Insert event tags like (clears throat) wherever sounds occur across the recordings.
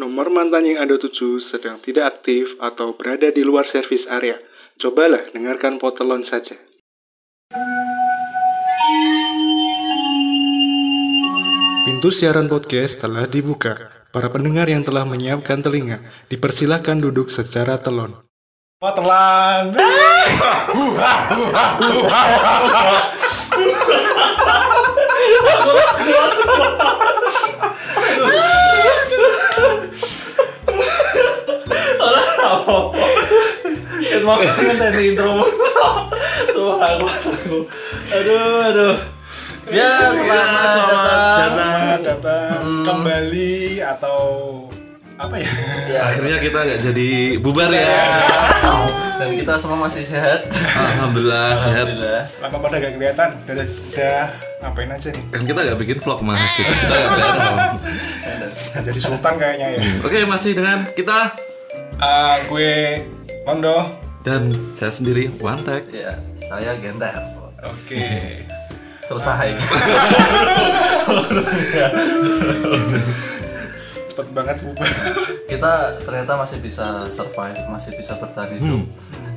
Nomor mantan yang Anda tuju sedang tidak aktif atau berada di luar servis area. Cobalah dengarkan potelon saja. Pintu siaran podcast telah dibuka. Para pendengar yang telah menyiapkan telinga, dipersilahkan duduk secara telon. Potelan. Ket maaf kan tadi intro Tuh aku aku. Aduh aduh. Ya selamat, datang. Selamat datang kembali atau apa ya? Akhirnya kita nggak jadi bubar ya. Dan kita semua masih sehat. Alhamdulillah sehat. Alhamdulillah. Lama pada gak kelihatan. Udah, udah ngapain aja nih? Kan kita nggak bikin vlog mas. Kita nggak bareng. Nah, Jadi sultan kayaknya (laughs) ya. Oke masih dengan kita Ah, gue Londo. dan saya sendiri Wantek. Ya saya Gender. Oke. Selesai. Cepet banget bubar. kita ternyata masih bisa survive, masih bisa bertahan Hmm. hidup.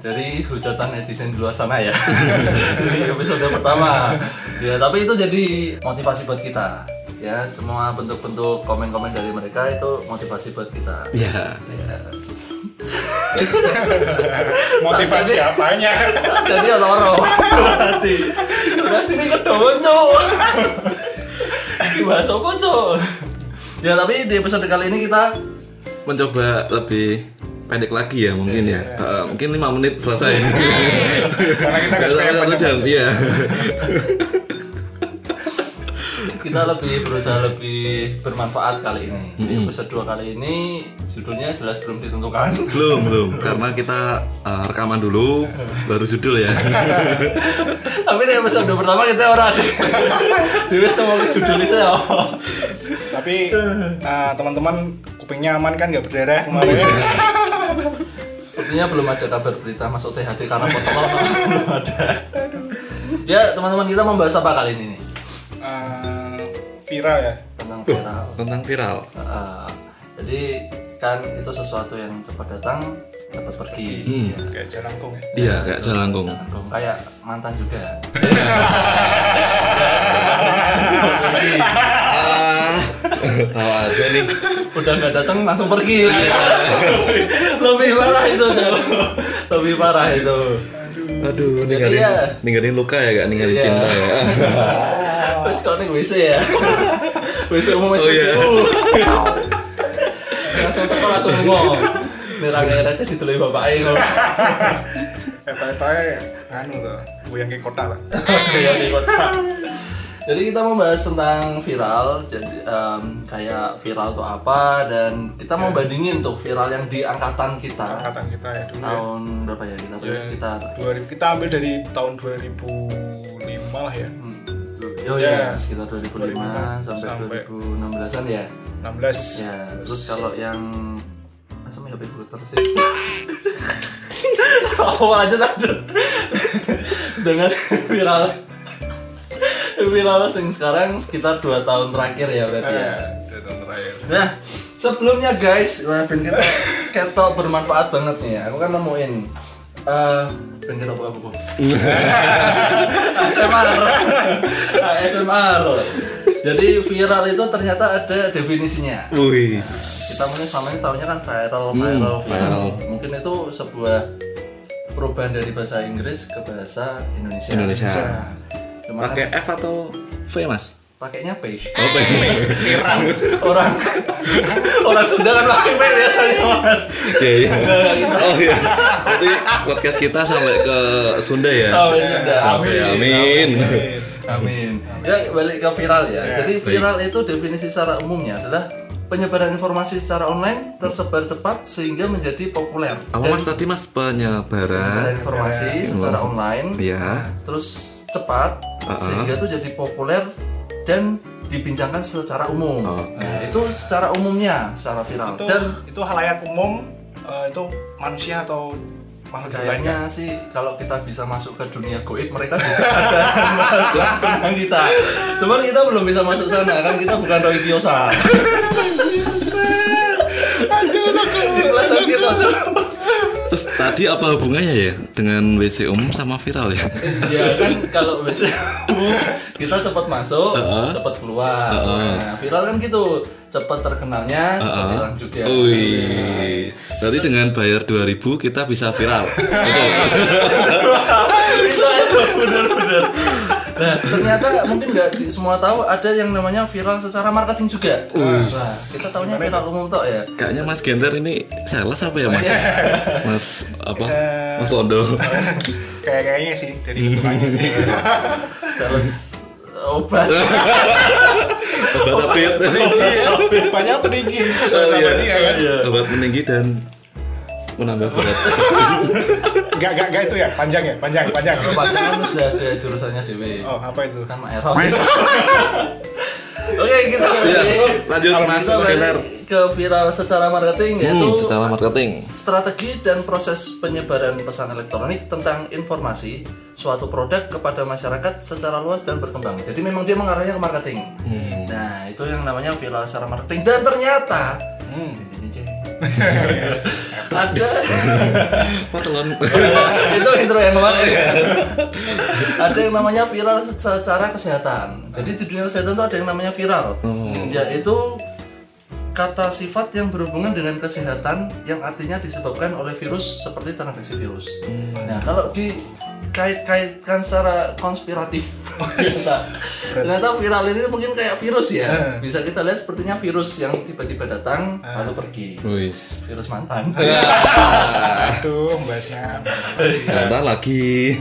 Dari hujatan netizen di luar sana ya. (laughs) Di episode pertama. Ya, tapi itu jadi motivasi buat kita. Ya, semua bentuk-bentuk komen-komen dari mereka itu motivasi buat kita. Ya. Ya. Motivasi (laughs) apanya? jadi loro berarti udah sini kedown cuk gimana sopo cuk ya tapi di episode kali ini kita Mencoba lebih pendek lagi ya mungkin ya. Eh, mungkin lima menit selesai. (laughs) Karena kita gak Nggak sampai suka yang satu panjang. jam. Iya. kita lebih berusaha lebih bermanfaat kali ini di episode 2 kali ini judulnya jelas belum ditentukan (laughs) Belum belum. Karena kita eh, rekaman dulu baru judul ya. tapi di episode pertama kita orang ada dewi sama judulnya saya apa Tapi ah, teman-teman kupingnya aman kan gak berdarah kemarin. Sepertinya belum ada kabar berita masuk THT karena protokol belum ada. Ya teman-teman kita membahas apa kali ini nih Ah, viral ya. tentang viral. (laughs) Tentang viral. Uh, jadi kan itu sesuatu yang cepat datang cepat pergi ya. Kayak jalan kong ya. Iya kayak jalan kong. Belum kayak mantan juga (laughs) Ah, Tahu aja nih. udah nggak datang langsung pergi (laughs) lebih parah itu Jauh. lebih parah itu Aduh, ninggalin, ya. ninggalin luka ya gak ninggalin Iya. cinta (laughs) ya. terus kalau nih WC ya (laughs) WC umum WC iya. umum. langsung teko, langsung ngomong ini rangkaian aja ditulai bapak Aing Eh, tahu-tahu anu tuh. Goyang kayak kota lah. Iya, di kota. (laughs) Jadi kita mau bahas tentang viral, jadi em, kayak viral tuh apa dan kita mau bandingin tuh viral yang di angkatan kita Angkatan kita ya dulu ya. tahun berapa ya kita kita 2000 kita ambil dari tahun 2005 lah ya hmm, oh Ya. ya sekitar 2005 sampai, Sampai. 2016an ya. 16 Ya terus kalau yang masa main HP komputer sih. (laughs) Oh lanjut lanjut. Dengan viral viral sing sekarang sekitar 2 tahun terakhir ya berarti ya. Dari tahun terakhir Nah, sebelumnya guys, wah ben ketok ketok bermanfaat banget nih. ya. Aku kan nemuin eh Iya. ben ketok buka buku. (laughs) ASMR. ASMR. Jadi viral itu ternyata ada definisinya. Wih. Kita mungkin selama ini tahunya kan viral, Hmm, viral, viral. Mungkin itu sebuah perubahan dari bahasa Inggris ke bahasa Indonesia. Indonesia. Cuma kan Pakai F atau V mas? pakainya page. Oh, V. (laughs) orang orang Sunda kan pakai pay biasanya mas Iya iya. Oh iya. Berarti podcast kita sampai ke Sunda ya. Oh, ya sudah. Sampai amin. Amin. Ya balik ke viral ya. Jadi viral itu definisi secara umumnya adalah penyebaran informasi secara online tersebar cepat sehingga menjadi populer. Apa mas tadi mas Penyebaran penyebaran? informasi secara online Iya. terus cepat sehingga itu jadi populer dan dibincangkan secara umum. Nah, itu secara umumnya secara viral. itu, Dan itu halayak umum eh, itu manusia atau makhluk hidup lainnya kayaknya sih kalau kita bisa masuk ke dunia goib mereka juga ada yang bahas tentang kita cuman kita belum bisa masuk sana kan kita bukan Roy Kiyosa Penjelasan kita Cuk. Terus tadi apa hubungannya ya dengan WC umum sama viral ya? Ya kan kalau (laughs) WC kita cepat masuk, cepat keluar. Nah, viral kan gitu, cepat terkenalnya, cepat hilang juga. Wih. Berarti dengan bayar 2000 kita bisa viral. Bisa Nah, itu benar-benar. Nah, ternyata mungkin nggak di- semua tahu ada yang namanya viral secara marketing juga. Wah, kita tahunya viral umum tok ya. Kayaknya Mas Gender ini sales apa ya, Mas? Mas apa? Mas Londo. kayak kayaknya sih dari mukanya sih (laughs) Sales eh, (laughs) obat. Obat apit. Iya, banyak peninggi sesuai Oh, sama iya. dia kan Obat meninggi dan menambah berat. Enggak, enggak, enggak itu ya, panjang ya, panjang, panjang Padahal kan sudah ada jurusannya dewe. Oh, apa itu? Kan error. Oke, kita Ya, lanjut. lanjut Mas Kita Gender. balik ke viral secara marketing yaitu Hmm, secara marketing. strategi dan proses penyebaran pesan elektronik tentang informasi suatu produk kepada masyarakat secara luas dan berkembang. Jadi memang dia mengarahnya ke marketing. Nah, itu yang namanya viral secara marketing dan ternyata (laughs) ada Patelon. (laughs) itu intro yang kemarin ada yang namanya viral secara kesehatan jadi di dunia kesehatan itu ada yang namanya viral yaitu kata sifat yang berhubungan dengan kesehatan yang artinya disebabkan oleh virus seperti terinfeksi virus nah kalau dikait kaitkan secara konspiratif (laughs) ternyata- ternyata viral ini mungkin kayak virus ya bisa kita lihat sepertinya virus yang tiba-tiba datang lalu pergi Wis. virus mantan Aduh, bahasnya Ada lagi.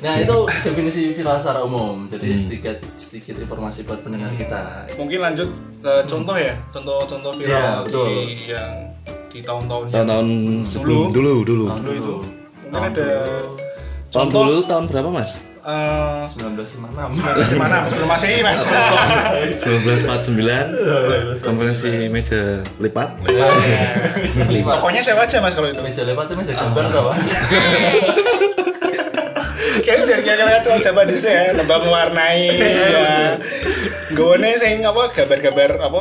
Nah itu definisi viral secara umum. Jadi sedikit sedikit informasi buat pendengar kita. Mungkin lanjut ke contoh ya, contoh-contoh Iya, viral betul. di yang di tahun-tahun yang Tahun-tahun sebelum dulu dulu. Tahun dulu itu Mungkin ada Tahun dulu tahun berapa, Mas? eh, 1956. Gimana, Mas? Belum masih, Mas Iya. 1949 konferensi meja lipat Pokoknya siapa aja, Mas, kalau itu? meja lebar itu meja gambar apa? Kayaknya dari kayaknya cuma coba di ya, lembab mewarnai ya. Gawone sing apa gambar-gambar apa?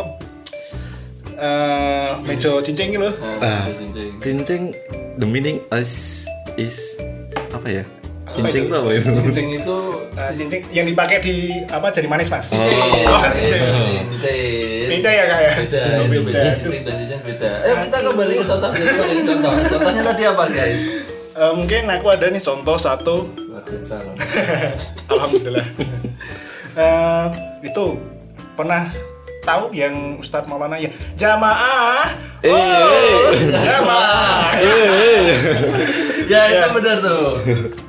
Eh, meja cincin gitu. Nah, cincin. cincing the meaning is is apa ya cincin tuh apa ya? (laughs) itu Cincin itu Eh, cincin yang dipakai di apa jari manis, Mas. (laughs) cincin. Oh, cincin. Cincin. Beda ya, Kak ya? Beda, itu beda. Cincin dan cincin beda. Eh kita kembali ke contoh, kita kembali ke contoh. Contohnya tadi apa guys? Eh, mungkin aku ada nih contoh satu (laughs) Luar biasa loh. alhamdulillah (laughs) Eh, itu pernah tahu yang Ustadz Maulana ya jamaah oh jamaah (laughs) Iya. Ya itu benar tuh.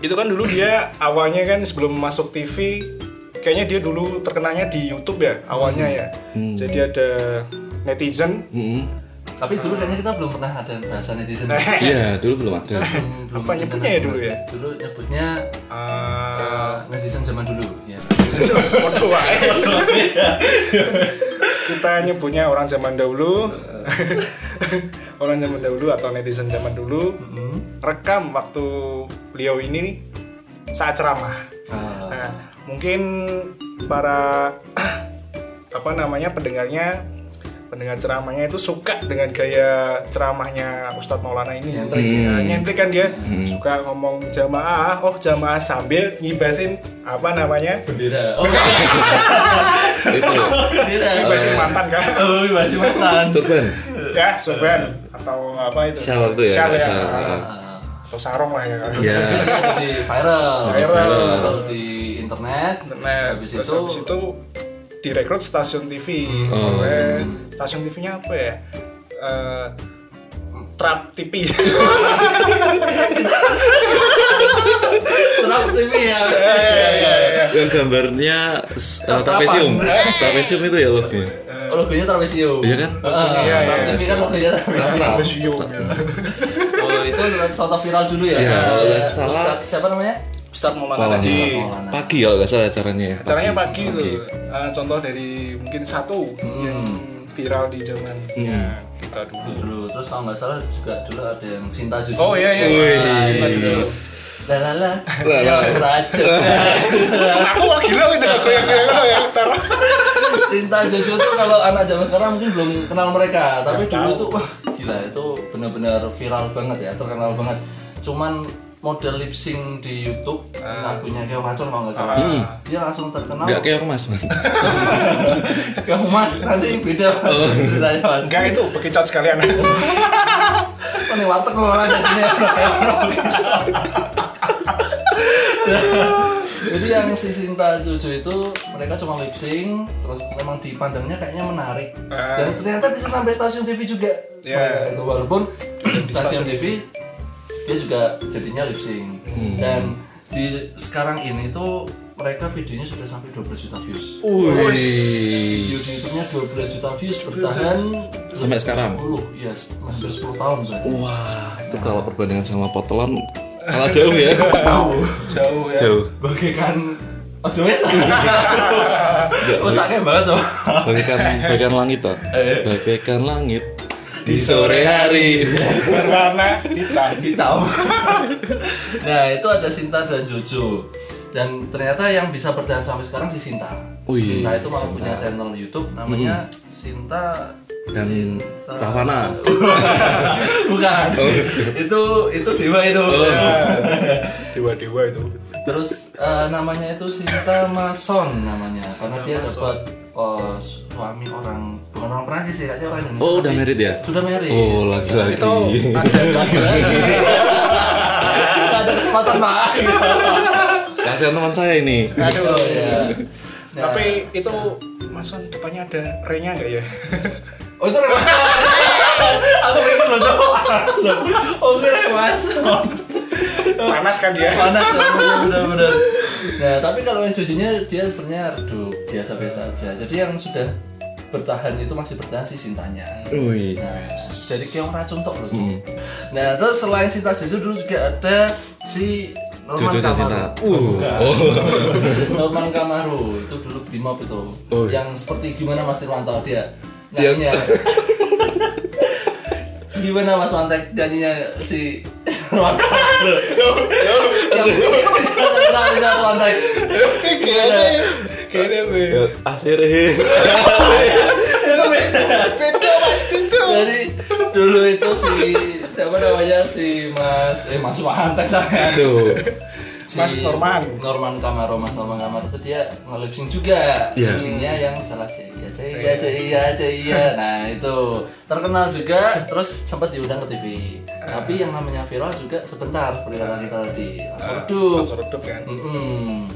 itu kan dulu dia awalnya kan sebelum masuk TV kayaknya dia dulu terkenanya di YouTube ya awalnya ya jadi ada netizen Tapi dulu kayaknya kita belum pernah ada bahasa netizen. Eh, iya dulu belum ada Belum- belum apa ada. nyebutnya ya dulu ya Dulu nyebutnya Eh, netizen zaman dulu ya Waduh, wae. Kita nyebutnya orang zaman (laughs) dahulu. orang zaman dahulu atau netizen zaman dahulu Mm-hmm. rekam waktu beliau ini nih, saat ceramah. Ah. Nah, mungkin para (clears throat) apa namanya pendengarnya pendengar ceramahnya itu suka dengan gaya ceramahnya Ustadz Maulana ini nyentrik ya, nyentrik kan dia suka ngomong jamaah oh jamaah sambil ngibasin apa namanya bendera oh itu ya, bendera ngibasin mantan kan oh masih mantan serban ya sorban atau apa itu Shawl tuh ya, Shawl shawl. ah. atau sarung lah ya ya jadi viral Viral. Viral di internet Nah, habis terus itu habis itu direkrut stasiun TV. Oh. Eh, stasiun TV-nya apa ya? Eh, Trap TV. terus TV ya yang gambarnya s- eh, trapesium trapesium itu ya logonya logonya Travesio Iya kan? Iya, iya. TV kan logonya Travesio Stasiun. oh itu contoh viral dulu ya Iya, kalau nggak Ustadz- salah. siapa namanya Ustadz Maulana tadi. Maulana. pagi kalau nggak salah caranya ya Caranya pagi tuh. Eh, contoh dari mungkin satu yang Hmm. viral di zaman ya, kita dulu. dulu terus kalau nggak salah juga dulu ada yang Sinta Jujur Oh iya iya. iya. Cinta jujur. Lala, Lah, lah. yang racun. Aku kok gila gitu goyang-goyang lo ya. Ntar. Si cinta Jojo tuh kalau anak zaman sekarang mungkin belum kenal mereka tapi dulu tuh wah gila itu benar-benar viral banget ya terkenal banget cuman model lip sync di YouTube lagunya kayak Wacon kalau nggak salah dia langsung terkenal (laughs) Enggak kayak mas mas. kamu mas nanti beda mas ceritanya mas Enggak itu bekicot sekalian. Kok nih warteg lu malah jadinya kayak orang Jadi yang si Sinta Jojo itu mereka cuma lip sync, terus memang dipandangnya kayaknya menarik. Dan ternyata bisa sampai stasiun TV juga. Ya. Mereka Itu walaupun di stasiun TV dia juga jadinya lip sync. Dan di sekarang ini tuh mereka videonya sudah sampai 12 juta views. Video Wih. di YouTube-nya 12 juta views bertahan Sampai sekarang? 10, ya, hampir 10 tahun berarti. Wah itu kalau perbandingan sama potelon kalah jauh ya. Jauh ya. jauh. bagaikan ojo wes Usahanya banget sama Bagaikan bagaikan langit toh. Bagaikan langit Iya. di sore hari. Berwarna hitam. hitam nah itu ada Sinta dan Jojo dan ternyata yang bisa bertahan sampai sekarang si Sinta Wih, Sinta itu malah punya channel YouTube namanya Sinta (laughs) Dan Ravana. bukan itu itu dewa itu Dewa-dewa itu. terus eh, namanya itu Sinta Mason namanya karena dia dapat eh, suami orang bukan orang Perancis sih kayaknya orang Indonesia Oh udah tapi married ya? sudah married Oh laki-laki. Itu ada Gak (laughs) ada kesempatan pak (laughs) Kasihan teman saya ini. (laughs) Aduh. Oh, iya. Tapi itu Mason depannya ada renya enggak ya? Oh itu remason Aku pikir lo cowok (laughs) langsung Oh itu remason (laughs) Panas kan dia. Oh, Panas ya, bener-bener Nah tapi kalau yang jojonya dia sebenarnya redup Biasa-biasa aja Jadi yang sudah bertahan itu masih bertahan si Sintanya Wih. Nah, dari keong racun tok loh. Hmm. Nah, terus selain Sinta Jojo dulu juga ada si Norman Jojo dan Kamaru. Sinta. Uh. Oh. (laughs) Norman Kamaru itu dulu Brimob itu. Oh. Iya. Yang seperti gimana Mas Tirwanto dia nyanyinya. (laughs) gimana Mas Wantek nyanyinya si Norman (laughs) Kamaru? Yang terkenal dengan Mas Wantek. Kayaknya kayaknya be. Akhirnya. Pintu Mas pintu. Jadi dulu itu si siapa namanya si Mas eh Mas Wantek saya. Tuh. Si Mas Norman. Norman Kamaro Mas Norman Kamaro itu dia ngelipsing juga Iya. lipsingnya yang salah C ya C ya C ya C ya nah itu terkenal juga terus sempat diundang ke TV tapi yang namanya viral juga sebentar seperti kata kita tadi langsung Ah, redup Langsung redup kan. Mm-mm.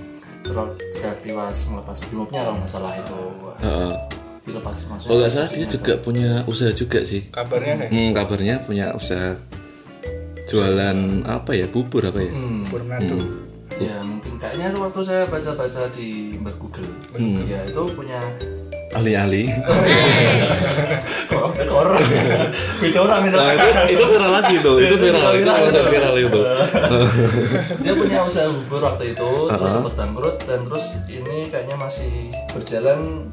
terus kreatiwas melepas brimob-nya kalau nggak salah itu Wah, Heeh. dilepas maksudnya Eh, Kalau nggak salah dia juga punya usaha juga sih. Kabarnya eh, kayak Hmm, kabarnya punya usaha jualan apa ya bubur apa ya? Hmm. Bubur Manado. ya mungkin kayaknya itu waktu saya baca-baca di mbak Google Hmm. ya itu (laughs) punya Alih-alih. Beda orang (laughs) beda orang beda Nah, itu, itu viral lagi tuh, itu viral, itu usaha viral (laughs) itu. dia punya usaha bubur waktu itu terus sempat bangkrut dan terus ini kayaknya masih berjalan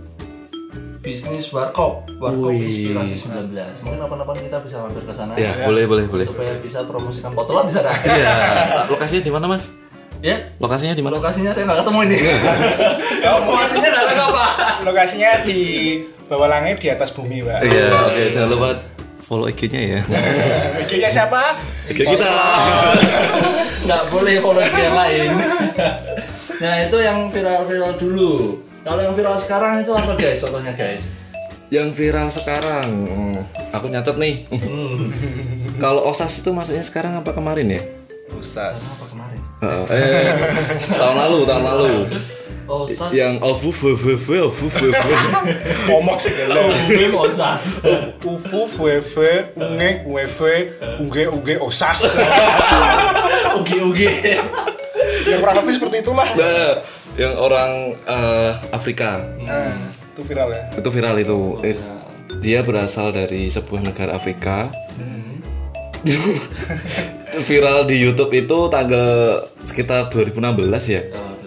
bisnis warkop warkop inspirasi 19 mungkin kapan-kapan kita bisa mampir ke sana Ya, boleh boleh boleh. supaya bisa promosikan potolan di sana Ya, lokasinya di mana mas? ya Lokasinya di mana? lokasinya saya nggak ketemu ini Iya. lokasinya nggak tahu apa Ya, Lokasinya di bawah langit di atas bumi, Pak. Iya, oke jangan lupa follow (laughs) IG-nya ya. IG-nya siapa? IG kita. nggak boleh follow IG yang lain nah itu yang viral-viral dulu kalau yang viral sekarang itu apa guys contohnya guys Yang viral sekarang, hmm, aku nyatet nih. hmm. (laughs) Kalau osas itu maksudnya sekarang apa kemarin ya? apa kemarin Heeh. Eh, tahun lalu, tahun lalu. Osas Yang oh, ovu vvv ovu (laughs) vvv. Ngomong sih gelo. Gue Osas Ufu Fuefe Unge Uefe Uge Uge Osas. Ugi Ugi ya kurang lebih seperti itulah. Nah, yang orang eh, Afrika. Nah, itu viral ya. itu viral itu Eh, dia berasal dari sebuah negara Afrika (laughs) viral di YouTube itu tanggal sekitar 2016 ya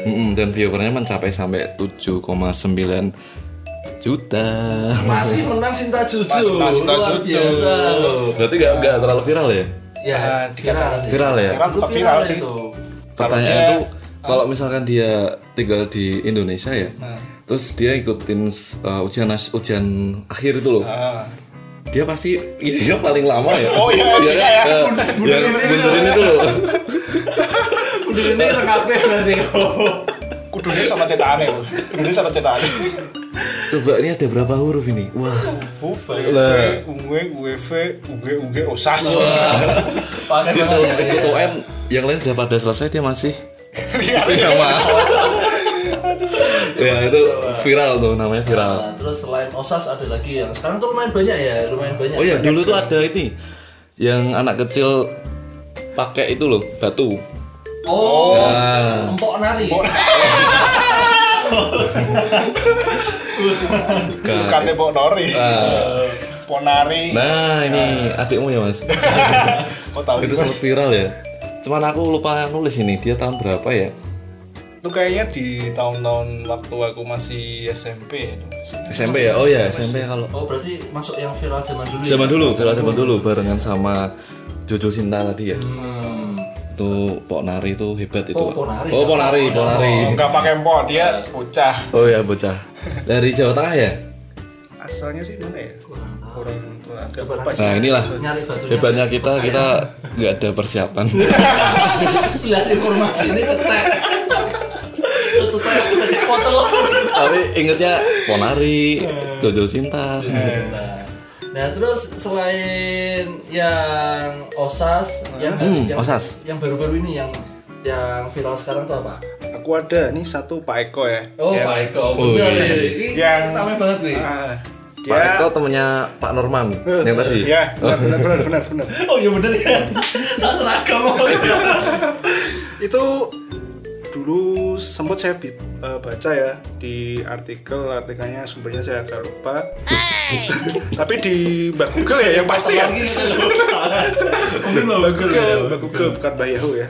Mm-mm, dan viewernya mencapai sampai 7,9 juta Masih menang Sinta Cucu Masih menang Sinta Luar Cucu. biasa berarti nggak nggak terlalu viral ya Ya Ah, viral dikatakan sih viral ya Viral tetap Dulu viral sih. itu pertanyaan itu kalau misalkan dia tinggal di Indonesia ya terus dia ikutin eh, ujian nas- ujian akhir itu loh dia pasti isinya paling lama ya Oh, (laughs) iya, Dia isinya kan, ya. eh, yang bunderin itu loh Udah ini rekape berarti. kudunya sama cetakannya loh kudunya sama cetakannya coba ini ada berapa huruf ini wah UV UV UV UG UG osas Pakai dia kalau banget ya. ketuaan yang lain udah pada selesai dia masih Iya. isi nama ya itu viral tuh namanya viral Nah, terus selain OSAS ada lagi yang sekarang tuh lumayan banyak ya, lumayan banyak. Oh iya dulu tuh ada ini yang anak kecil pakai itu loh batu. Oh, Nah, empok nari. bukannya pok nori pok nari Ah. nah ini adikmu ya mas. kok tahu itu sih sempat mas viral ya. Cuman aku lupa nulis ini dia tahun berapa ya? itu kayaknya di tahun-tahun waktu aku masih SMP itu SMP ya. Oh ya SMP kalau Oh, berarti masuk yang viral zaman dulu. ya? zaman dulu, viral zaman dulu barengan sama Jojo Sinta tadi ya. Hmm. Itu Pok Nari itu hebat itu. Oh, Pok Nari. Oh Pok Nari, Pok Nari. Oh, nggak pakai pok Iya. dia bocah Oh ya bocah dari Jawa Tengah ya. asalnya sih mana ya kurang kurang agak Coba lupa sih. Nah inilah Nyari batunya. hebatnya kita kita nggak ada persiapan. Belas informasi ini cetek. Secetek dari foto lo. tapi ingetnya Ponari, Hmm. Jojo Sinta. Nah, Nah, terus selain yang OSAS, yang, Hmm, yang OSAS. yang baru-baru ini yang yang viral sekarang tuh apa? aku ada nih satu Pak Eko ya Oh, Yang- baik kok. Oh, Bener iya. deh. Ini Yang- ramai banget gue. Ah, dia Pak Eko temennya Pak Norman yang tadi. ya benar benar benar benar Oh, iya bener ya. (laughs) Saya seragam oh, iya. itu dulu sempat saya bi- eh, baca ya di artikel artikelnya sumbernya saya agak lupa (laughs) tapi di mbak Google ya yang pasti ya mbak Google mbak Google bukan mbak Yahoo ya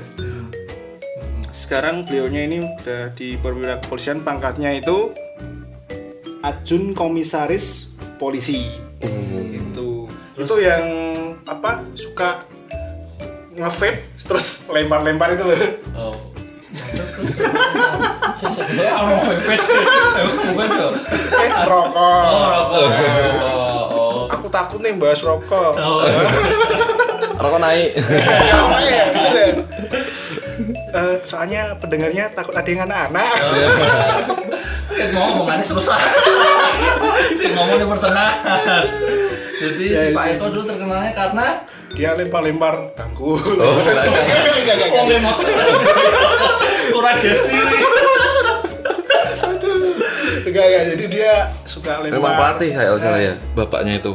sekarang beliaunya ini udah di perwira kepolisian pangkatnya itu Ajun Komisaris Polisi Hmm. itu itu yang apa suka ngevape terus lempar-lempar itu loh Oh. Saya sebenarnya orang pepet. Bukan tuh. eh rokok Eh. Oh, oh. aku takut nih bahas rokok (laughs) Rokok naik. Ya, makanya, gitu deh. Eh, soalnya pendengarnya takut ada yang anak-anak Kan ngomong ngomongannya (laughs) susah. Sing ngomong di pertengahan. Jadi si Ya, Pak Eko dulu terkenalnya karena dia lempar-lempar tangku (laughs) Enggak, enggak, enggak. ngomong (laughs) emosi. Kurang gengsi. Enggak, enggak. jadi dia suka Memang lempar pelatih kayak kalau salah ya, bapaknya itu.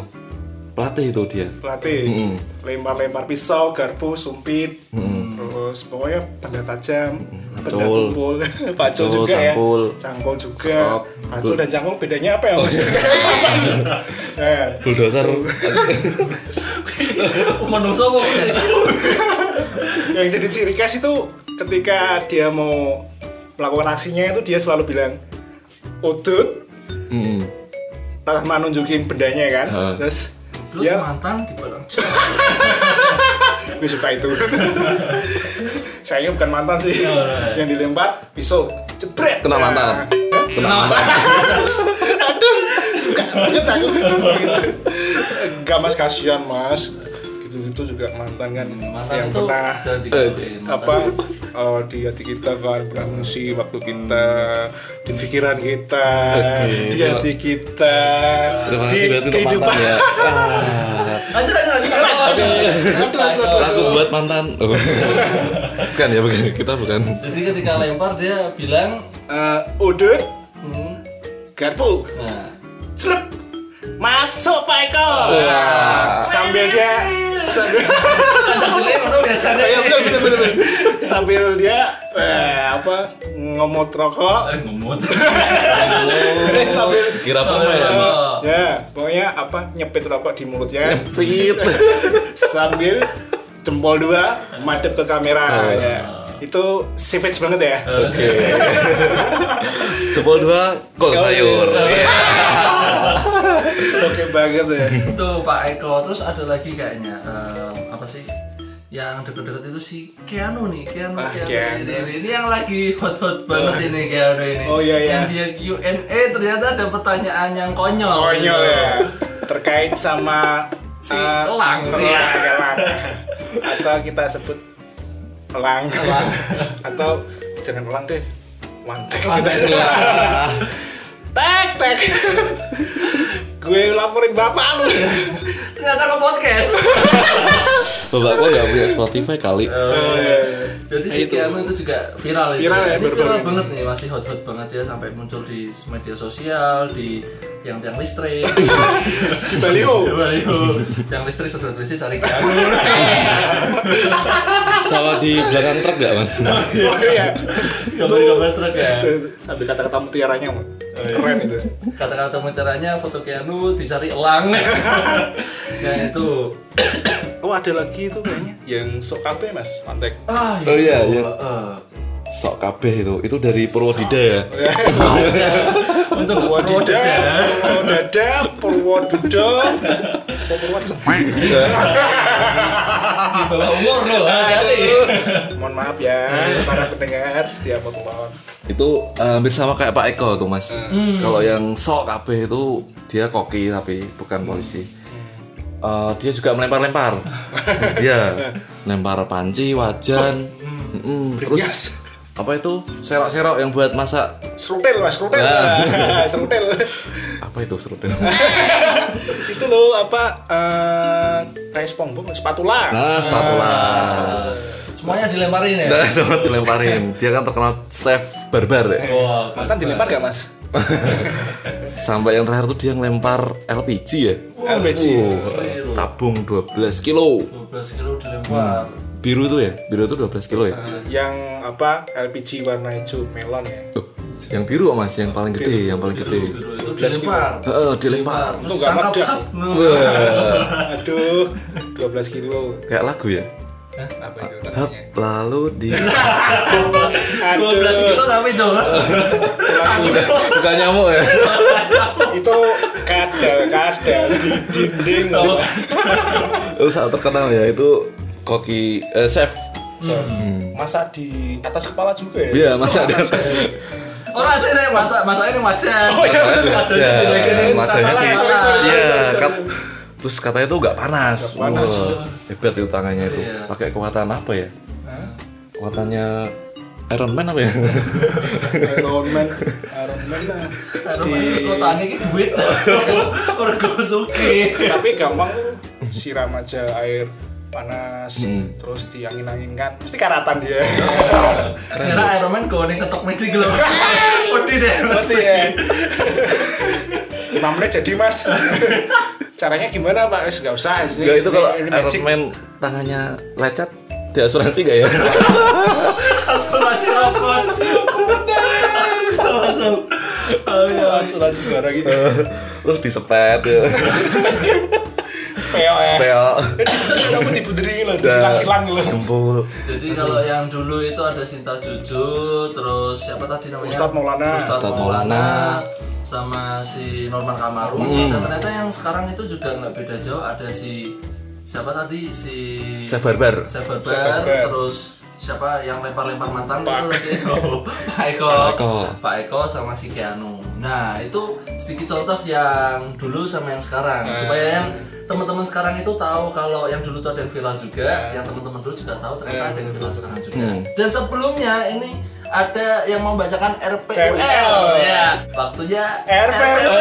Pelatih itu dia. pelatih lempar-lempar pisau garpu sumpit terus pokoknya benda tajam benda Pacul. tumpul (laughs) pacul Pacul, juga ya cangkul. cangkul juga Stop. Oh, iya. pacul dan cangkul bedanya apa ya mas sama (laughs) Eh, Bulldozer. Menungso mau. yang jadi ciri khas itu ketika dia mau melakukan aksinya itu dia selalu bilang udut Mm. tanpa nunjukin bendanya kan Heeh. terus Dulu dia mantan dibilang. gue suka itu (laughs) sayangnya bukan mantan sih yang dilempar pisau jebret Kena Nah. mantan. Kena Nah, mantan. Banget aku gitu. enggak mas kasihan mas gitu gitu juga mantan kan Mantan yang itu pernah jangan digituin. apa eh, di hati kita kan pernah mengisi waktu kita di pikiran kita Oke. di hati kita Terima di kasih berarti untuk mantan ya. Ah, Lanjut lanjut lanjut. Aku buat mantan. Oh. bukan ya, bukan kita bukan. Jadi ketika lempar dia bilang Eh, udut hmm, garpu nah Celup. masuk Pak Eko sambil dia sambil (laughs) Lancar jelek itu biasanya ya betul, betul, betul, betul. sambil dia eh, apa ngomot rokok ngomot eh, sambil Kira permen. ya pokoknya apa nyepit rokok di mulutnya Fit. (laughs) sambil jempol dua madep ke kamera ya. itu savage banget ya Oke. Jempol dua, kol sayur. (laughs) oke ya. banget ya itu Pak Eko terus ada lagi kayaknya em, eh, apa sih yang deket-deket itu si Keanu nih Keanu, Ah, Keanu, Keanu. Ini, ini, ini yang lagi hot-hot banget ini Keanu ini Oh, iya, iya. yang dia Q&A ternyata ada pertanyaan yang konyol konyol ya (laughs) terkait sama Si eh, elang. (laughs) elang, elang. atau kita sebut elang, (laughs) atau jangan elang deh mantek iya. (laughs) tek tek gue laporin bapak lu ternyata ke podcast Bapak gua nggak punya Spotify kali. Jadi si Keanu itu juga viral itu. Viral ya, Ini baru-baru viral ini. banget nih, masih hot-hot banget ya sampai muncul di media sosial, di tiang-tiang listrik. (laughs) Balio Coba yuk, tiang listrik sedot listrik cari Keanu. Sama di belakang truk nggak mas? oh iya Gambar-gambar truk ya. sambil kata-kata mutiaranya Mo. keren itu Kata-kata mutiaranya foto Keanu dicari elang. (laughs) Nah itu. oh ada lagi itu kayaknya yang sok apa ya, mas mantek Ah, Oh iya, iya. eh, Sok kabeh itu, itu dari Purwodida ya. Untuk Purwodada, Purwodada, Purwodudo, di bawah umur loh, hati-hati. Mohon maaf ya, para pendengar setiap waktu malam. Itu eh, hampir sama kayak Pak Eko tuh mas. Kalau yang sok kabeh itu dia koki tapi bukan polisi. Eh, dia juga (laughs) melempar-lempar. Iya, lempar panci, wajan. Mm-mm, Terus apa itu serok-serok yang buat masak Serutel mas, serutel, (laughs) serutel. apa itu (laughs) serut Itu loh apa eh kayak SpongeBob, spatula. nah spatula Eh, Semuanya dilemparin ya. nah sama (laughs) dilemparin dia kan terkenal chef barbar ya Wah, Mantan dilempar gak mas? (laughs) sampai yang terakhir tuh dia ngelempar LPG ya LPG. Oh, tabung 12 kilo 12 kilo dilempar. biru tuh ya biru tuh 12 kilo ya Yang apa LPG warna hijau melon ya. Tuh, yang biru kok, mas yang paling gede yang paling gede Kilo itu dilempar. Heeh, dilempar Itu gak Tangkap, meledak. up. Aduh, 12 kilo. kayak lagu ya Apa itu? Hap, lalu di Aduh, 12 kilo tapi jauh (laughs) bukan nyamuk ya itu kadal, kadal di dinding. itu saat terkenal ya itu koki eh, chef So, Masak di atas kepala juga ya? Hmm. iya masa ada Orang saya saya masak masak ini wajan. Oh, iya, Wajan digelekin. Iya, Sorry, macanya tuh- sorry, sorry, iya, sorry, sorry. kat- terus katanya tuh nggak panas, panas. hebat itu tangannya itu Iya. pakai kekuatan apa ya kekuatannya Iron Man (laughs) apa ya Iron Man, Iron Man lah. Aduh, ini kotanya ini duit. (laughs) Orang gosuki. Tapi gampang siram aja air panas, Hmm. terus diangin-anginkan, pasti karatan dia. Karena Iron Man kau nih ketok magic loh. Putih deh. Pasti ya. Lima menit jadi mas. Caranya gimana pak? Wis nggak usah. Ini, nggak itu kalau ini- ini Iron magic. Man tangannya lecet di asuransi nggak (laughs) ya Asuransi asuransi. Asuransi. Oh iya. Asuransi barang gitu. Eh, terus disepet ya. Peo ya. pel Kamu dibudiri loh, disilang-silang gitu loh. jempol Jadi kalau yang dulu itu ada Sinta Jojo, terus siapa tadi namanya? Ustadz Maulana. Ustadz Ustadz Maulana, Maulana. sama si Norman Kamaru. Dan ternyata yang sekarang itu juga nggak beda jauh ada si siapa tadi si Chef Barbar. Chef Chef Barbar, Barbar. terus siapa yang lempar-lempar mantan itu tadi Oh, Pak Eko. Pak Eko. Pak Eko sama si Keanu. Nah, itu sedikit contoh yang dulu sama yang sekarang supaya yang teman-teman sekarang itu tahu kalau yang dulu tuh ada yang viral juga, yang teman-teman dulu juga tahu ternyata ada yang viral sekarang juga. Hmm. Dan sebelumnya ini ada yang membacakan RPUL ya. Waktunya RPUL.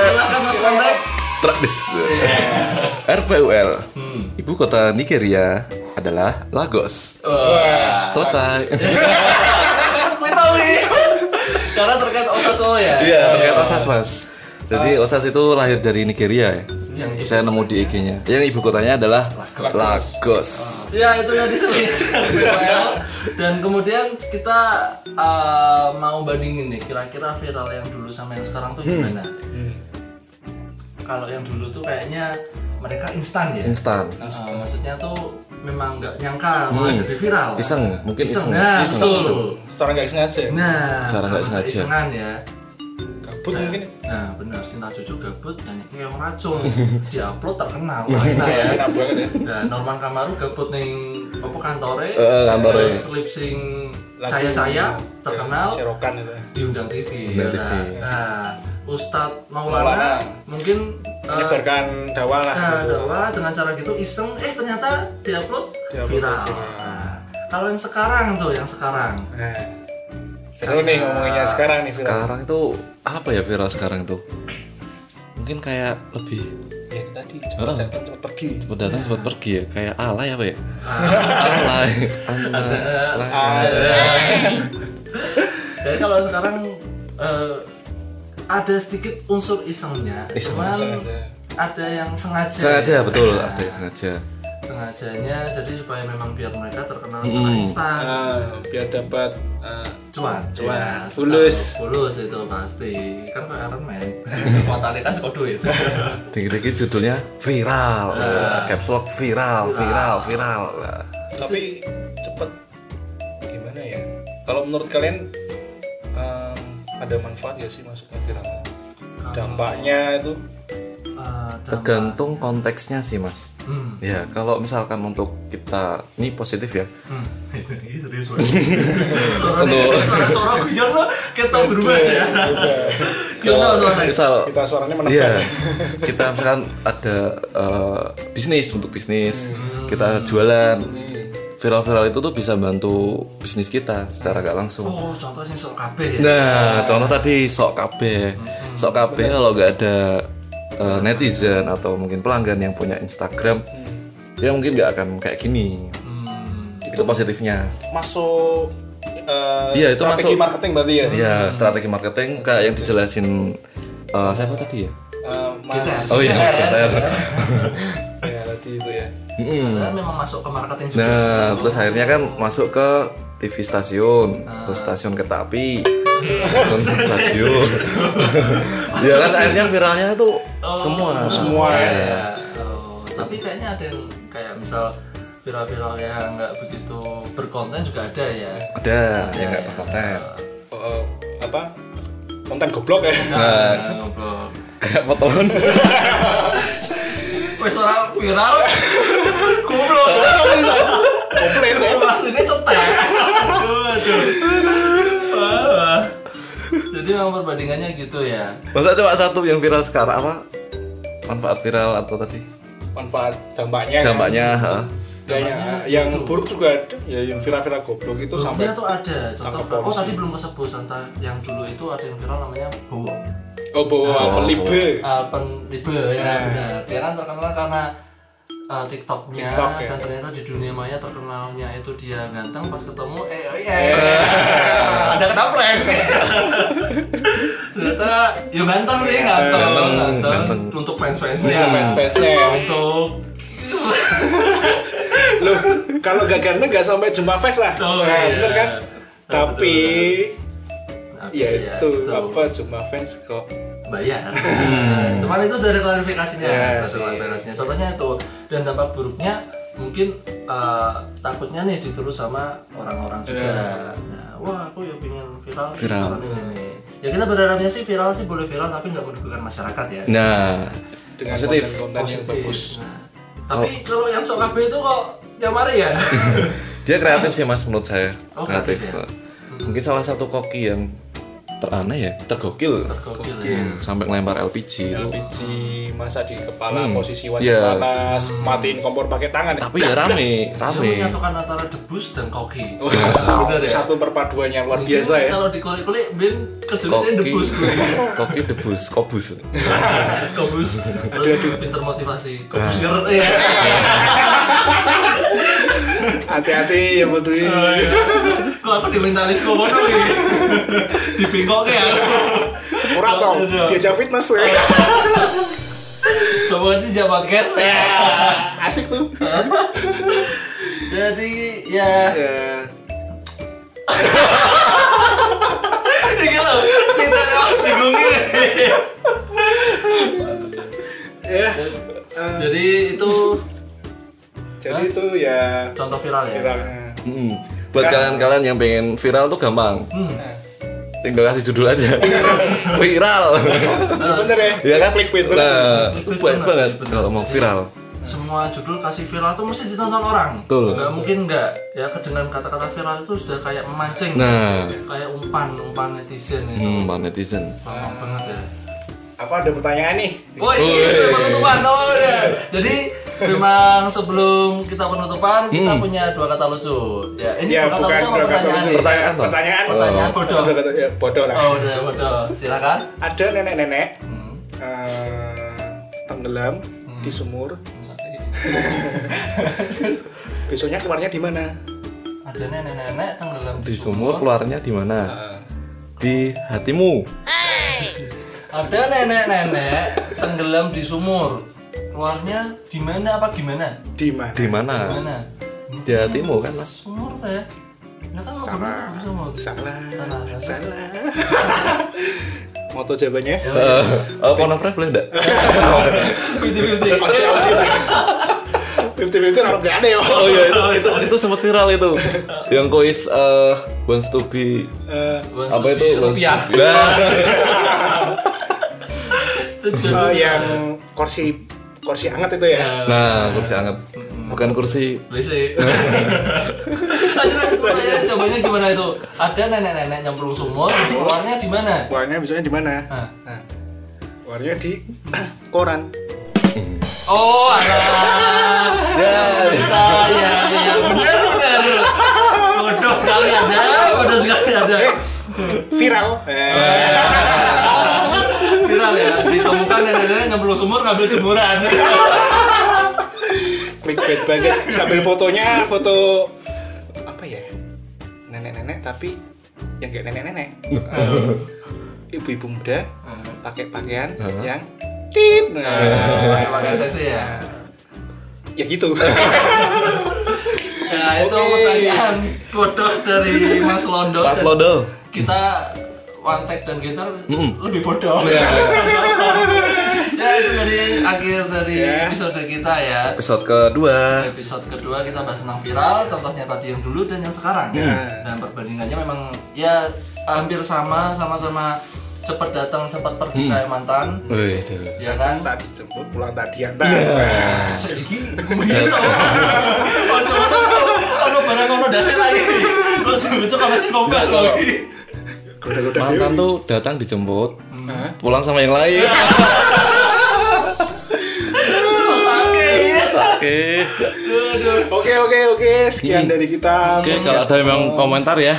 Silakan Mas Konteks. Trabis. Iya. RPUL Hmm. Ibu kota Nigeria adalah Lagos. Ah. Selesai. Gue tahu ini. (laughs) Karena terkait Osaso ya. Iya, Ah. terkait Osas mas. Jadi Osas itu lahir dari Nigeria ya. Saya nemu di IG-nya. Yang ibu kotanya adalah Lagos. Ya itu yang diseling Dan kemudian kita uh, mau bandingin nih Kira-kira viral yang dulu sama yang sekarang tuh Hmm. gimana Kalau yang dulu tuh kayaknya mereka instan Ah. ya Instan. Uh, Maksudnya tuh memang nggak nyangka malah jadi viral Hmm. Iseng, mungkin Iseng, iseng. nah, Iseng, betul. iseng. Secara nggak sengaja. Nah, Secara nggak karena sengaja. Isengan ya Kabut mungkin. Nah benar, Sinta Jojo gabut banyak keong (laughs) racun Diupload terkenal, Wah, enak enak ya Nah, banget ya Nah Norman Kamaru gabut neng apa kantore Eh, kantore. Terus lip sync Lagu. Iya, caya-caya terkenal serokan itu diundang TV, ya. Diundang TV. Nah, Ustadz iya. Maulana. Maulana, mungkin eh, menyebarkan dakwah Ah. lah Nah, gitu. dakwah dengan cara gitu iseng, eh ternyata diupload Diupload viral. viral. Nah, kalau yang sekarang tuh, yang sekarang. Nah, seru nih ngomonginnya sekarang nih sekarang. sekarang itu apa ya viral sekarang tuh mungkin kayak lebih Ya itu tadi cepet datang cepet pergi. cepat datang cepat pergi ya kayak alay (laughs) apa ya alay alay Jadi kalau sekarang eh, ada sedikit unsur isengnya, cuman ada yang sengaja. sengaja betul Nah, ada yang sengaja Sengajanya, jadi supaya memang biar mereka terkenal secara instan. Ah, biar dapat ah, cuan Cuan. Ya, Fulus. tahu, fulus itu pasti kan kayak Iron Man (laughs) mau tarik kan seko duit dikit-dikit judulnya viral caps lock viral viral viral Nah, tapi cepet gimana ya? Kalau menurut kalian em, ada manfaat ya sih masuknya viral? Dampaknya itu Eh, dan- tergantung konteksnya sih mas hmm. ya kalau misalkan untuk kita ini positif ya hmm. Ini serius (laughs) banget Suaranya- suara-suara guyon lo kayak tau berubah ya guyon lo suaranya misal kita suaranya menekan. Iya, kita misalkan ada eh, bisnis untuk bisnis, Hmm. kita jualan viral-viral itu tuh bisa bantu bisnis kita secara gak langsung. oh contoh sih sok kabeh ya Nah, contoh tadi sok KB, Hmm. sok KB kalau nggak ada eh, netizen atau mungkin pelanggan yang punya Instagram, ya mungkin nggak akan kayak gini. Hmm. Itu positifnya. Masuk eh, Iya, itu strategi masuk- marketing berarti ya. Ya strategi marketing kayak yang dijelasin eh, siapa tadi ya? Eh, mas, Oh iya, Mas Keter. ya tadi itu ya. Karena memang masuk ke marketing juga Nah, terus akhirnya kan masuk ke TV stasiun, terus stasiun kereta api, terus (laughs) stasiun. ya kan akhirnya viralnya tuh semua. Oh, Iya. Semua ya. Ya, oh, tapi kayaknya ada yang kayak misal viral-viral yang nggak begitu berkonten juga ada ya Ada yang nggak berkonten. Eh, apa konten goblok ya Nah, Nah, ngobrol kayak potongan. Wes ora viral. Goblok. Komplain ya maksudnya cetek. Aduh, aduh. Parah. Jadi memang perbandingannya gitu ya. (laughs) Masa coba satu yang viral sekarang apa? Manfaat viral atau tadi? manfaat dampaknya kan. Dampaknya, ha? Ya, ya, yang buruk juga ada ya yang viral-viral goblok itu sampai Sebenarnya tuh ada contoh. sampai Oh tadi belum kesebut santai yang dulu itu ada yang viral namanya Bowo. oh bawa Ah. apa libe Alpen Libe Eh, ya benar. Dia kan terkenal karena uh, TikToknya TikTok, ya. dan ternyata di dunia maya terkenalnya itu dia ganteng pas ketemu eh eh, eh (laughs) ada kena prank ternyata ya ganteng sih ganteng ganteng untuk fans fansnya space-nya ya. (laughs) untuk Loh, kalau gak ganteng gak sampai jumpa face lah Oh, nah, iya. bener kan tapi Tapi ya itu Iya, itu. apa jumpa fans kok bayar. Hmm. (laughs) Cuman itu dari klarifikasinya, Iya, dari klarifikasinya. Contohnya itu dan dampak buruknya mungkin eh, takutnya nih diterus sama orang-orang juga. Nah, wah aku ya pengen viral. nih, Iya. Viral. caranya ini. Ya kita berharapnya sih viral sih boleh viral tapi nggak merugikan masyarakat ya. Nah, dengan Positif. konten-konten yang bagus Positif. Nah, Oh. tapi kalau yang sok KB itu kok tiap hari (laughs) ya. dia kreatif sih mas menurut saya. Oh, kreatif. kreatif ya? Mungkin salah satu koki yang teraneh ya, tergokil. Gokil ya. sampai ngelempar LPG itu LPG masa di kepala posisi wajah Iya. panas matiin kompor pakai tangan ya. tapi ya rame Dia rame Oh, menyatukan antara debus dan koki. (laughs) Wah, Iya. ya? satu perpaduan yang Iya, luar biasa ya Kalau dikulik-kulik, Bin kerjanya koki debus gue. (laughs) koki debus kobus Kobus terus pinter motivasi Kobus ger ya hati-hati ya putri (laughs) Oh, iya. kok aku di mentalis kok bodoh nih di bengkok ya murah tau diajak Oh, fitness ya iya. coba aja jabat gas ya (laughs) asik tuh Oh. jadi ya ya ini loh kita emang bingung ini. ya jadi itu jadi itu ya contoh viral ya viralnya Hmm. buat kalian-kalian yang pengen viral tuh gampang tinggal kasih judul (laughs) aja viral bener ya ya kan clickbait bener nah itu banyak banget kalau mau viral semua judul kasih viral tuh mesti ditonton orang Betul. nggak mungkin nggak ya kedengaran kata-kata viral itu sudah kayak memancing nah kayak umpan umpan netizen itu hmm, Pak netizen lama banget ya apa ada pertanyaan nih Woi, ini sudah penutupan. Oh, udah. Jadi memang sebelum kita penutupan kita punya dua kata lucu. Ya, ini Hmm. ya dua kata bukan lucu apa dua kata pertanyaan? lucu. nih? Pertanyaan Oh. toh? pertanyaan Pertanyaan bodoh. Dua kata- ya, bodoh lah Oh, udah bodoh. Silakan. ada nenek-nenek Hmm. eh, tenggelam di sumur (laughs) besoknya keluarnya di mana Ada nenek-nenek tenggelam di sumur keluarnya di mana Ah. di hatimu Ada nenek-nenek tenggelam di sumur. Keluarnya di mana apa gimana? di mana (laughs) di mana Mana? di hatimu kan mas Sumur saya. Nah, kan salah. Sumur. salah Salah. Salah. moto jawabannya Eh, eh, pornograf boleh enggak? Ya, (laughs) pasti audio fifty fifty harus ada ya (laughs) Oh iya itu itu, itu sempat viral itu. Yang kuis eh wants to be Eh, apa itu wants to Rupiah. be. Nah, Itu juga eh, yang kursi kursi hangat itu ya nah, kursi anget. Bukan kursi Besi. Lanjut ya. lanjut pertanyaan jawabannya gimana itu? Ada nenek-nenek nyemplung sumur, keluarnya di mana? keluarnya besoknya di mana Hah. nah, keluarnya di (clears throat) koran Oh, ada. Ya, ya, ya, benar benar. Bodoh sekali ada, bodoh sekali ada. viral Eh, Viral ya, ditemukan nenek-nenek nyemplung sumur ngambil jemuran. clickbait banget sambil fotonya foto apa ya nenek-nenek tapi yang gak nenek-nenek Eh, ibu-ibu muda pakai pakaian yang tit nah, Pakai seksi ya. ya gitu Nah, itu pertanyaan bodoh dari Mas Londo. pas Dan lodel. Kita Wantek dan gitar lebih bodoh. (laughs) ya itu dari akhir dari episode kita ya Episode kedua. episode kedua kita bahas tentang viral contohnya tadi yang dulu dan yang sekarang ya dan perbandingannya memang ya hampir sama sama-sama cepat datang cepat pergi kayak mantan Wih, aduh. ya kan tadi jemput pulang tadi antar Nah, sedikit (laughs) begitu Ojo, ono, ono barang ono dasar lagi terus dibujuk sama si kompak Iya. lagi goda-goda Mantan dewe. tuh datang dijemput, pulang sama yang (laughs) lain. Terus sakit. Sakit. oke oke oke sekian dari kita Oke, kalau ada yang mau komentar ya.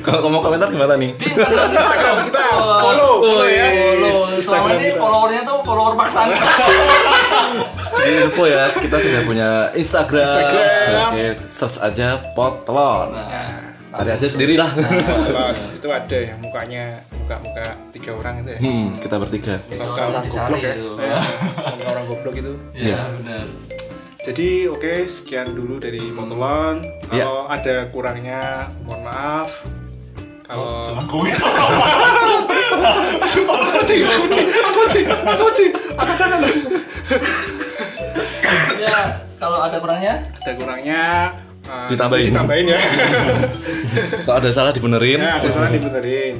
kalau mau komentar gimana nih? di Instagram kita Instagram (laughs) kita follow follow ya follow selama Instagram ini kita. Iya. followernya tuh follower paksaan Jadi info ya, kita sudah punya Instagram. Instagram. Oke, search aja potlon. Cari aja sendirilah. Kalau itu ada yang mukanya muka-muka tiga orang itu ya (laughs) Hmm, kita bertiga. muka orang goblok dicari ya itu. Eh, muka orang goblok itu ya benar Jadi oke sekian dulu dari Motolon. Kalau ada kurangnya mohon maaf. Kalau Kuwi. ya kalau ada kurangnya (laughs) ada kurangnya eh, Ditambahin. ditambahin ya. Kalau ada salah dibenerin. ya ada salah dibenerin.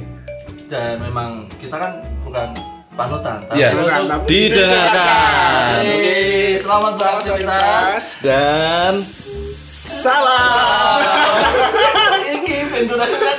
dan memang kita kan bukan panutan tapi Iya. untuk- Bukan, tapi Didengarkan. Yeay, selamat beraktivitas Dan Salah. iki pintu dasar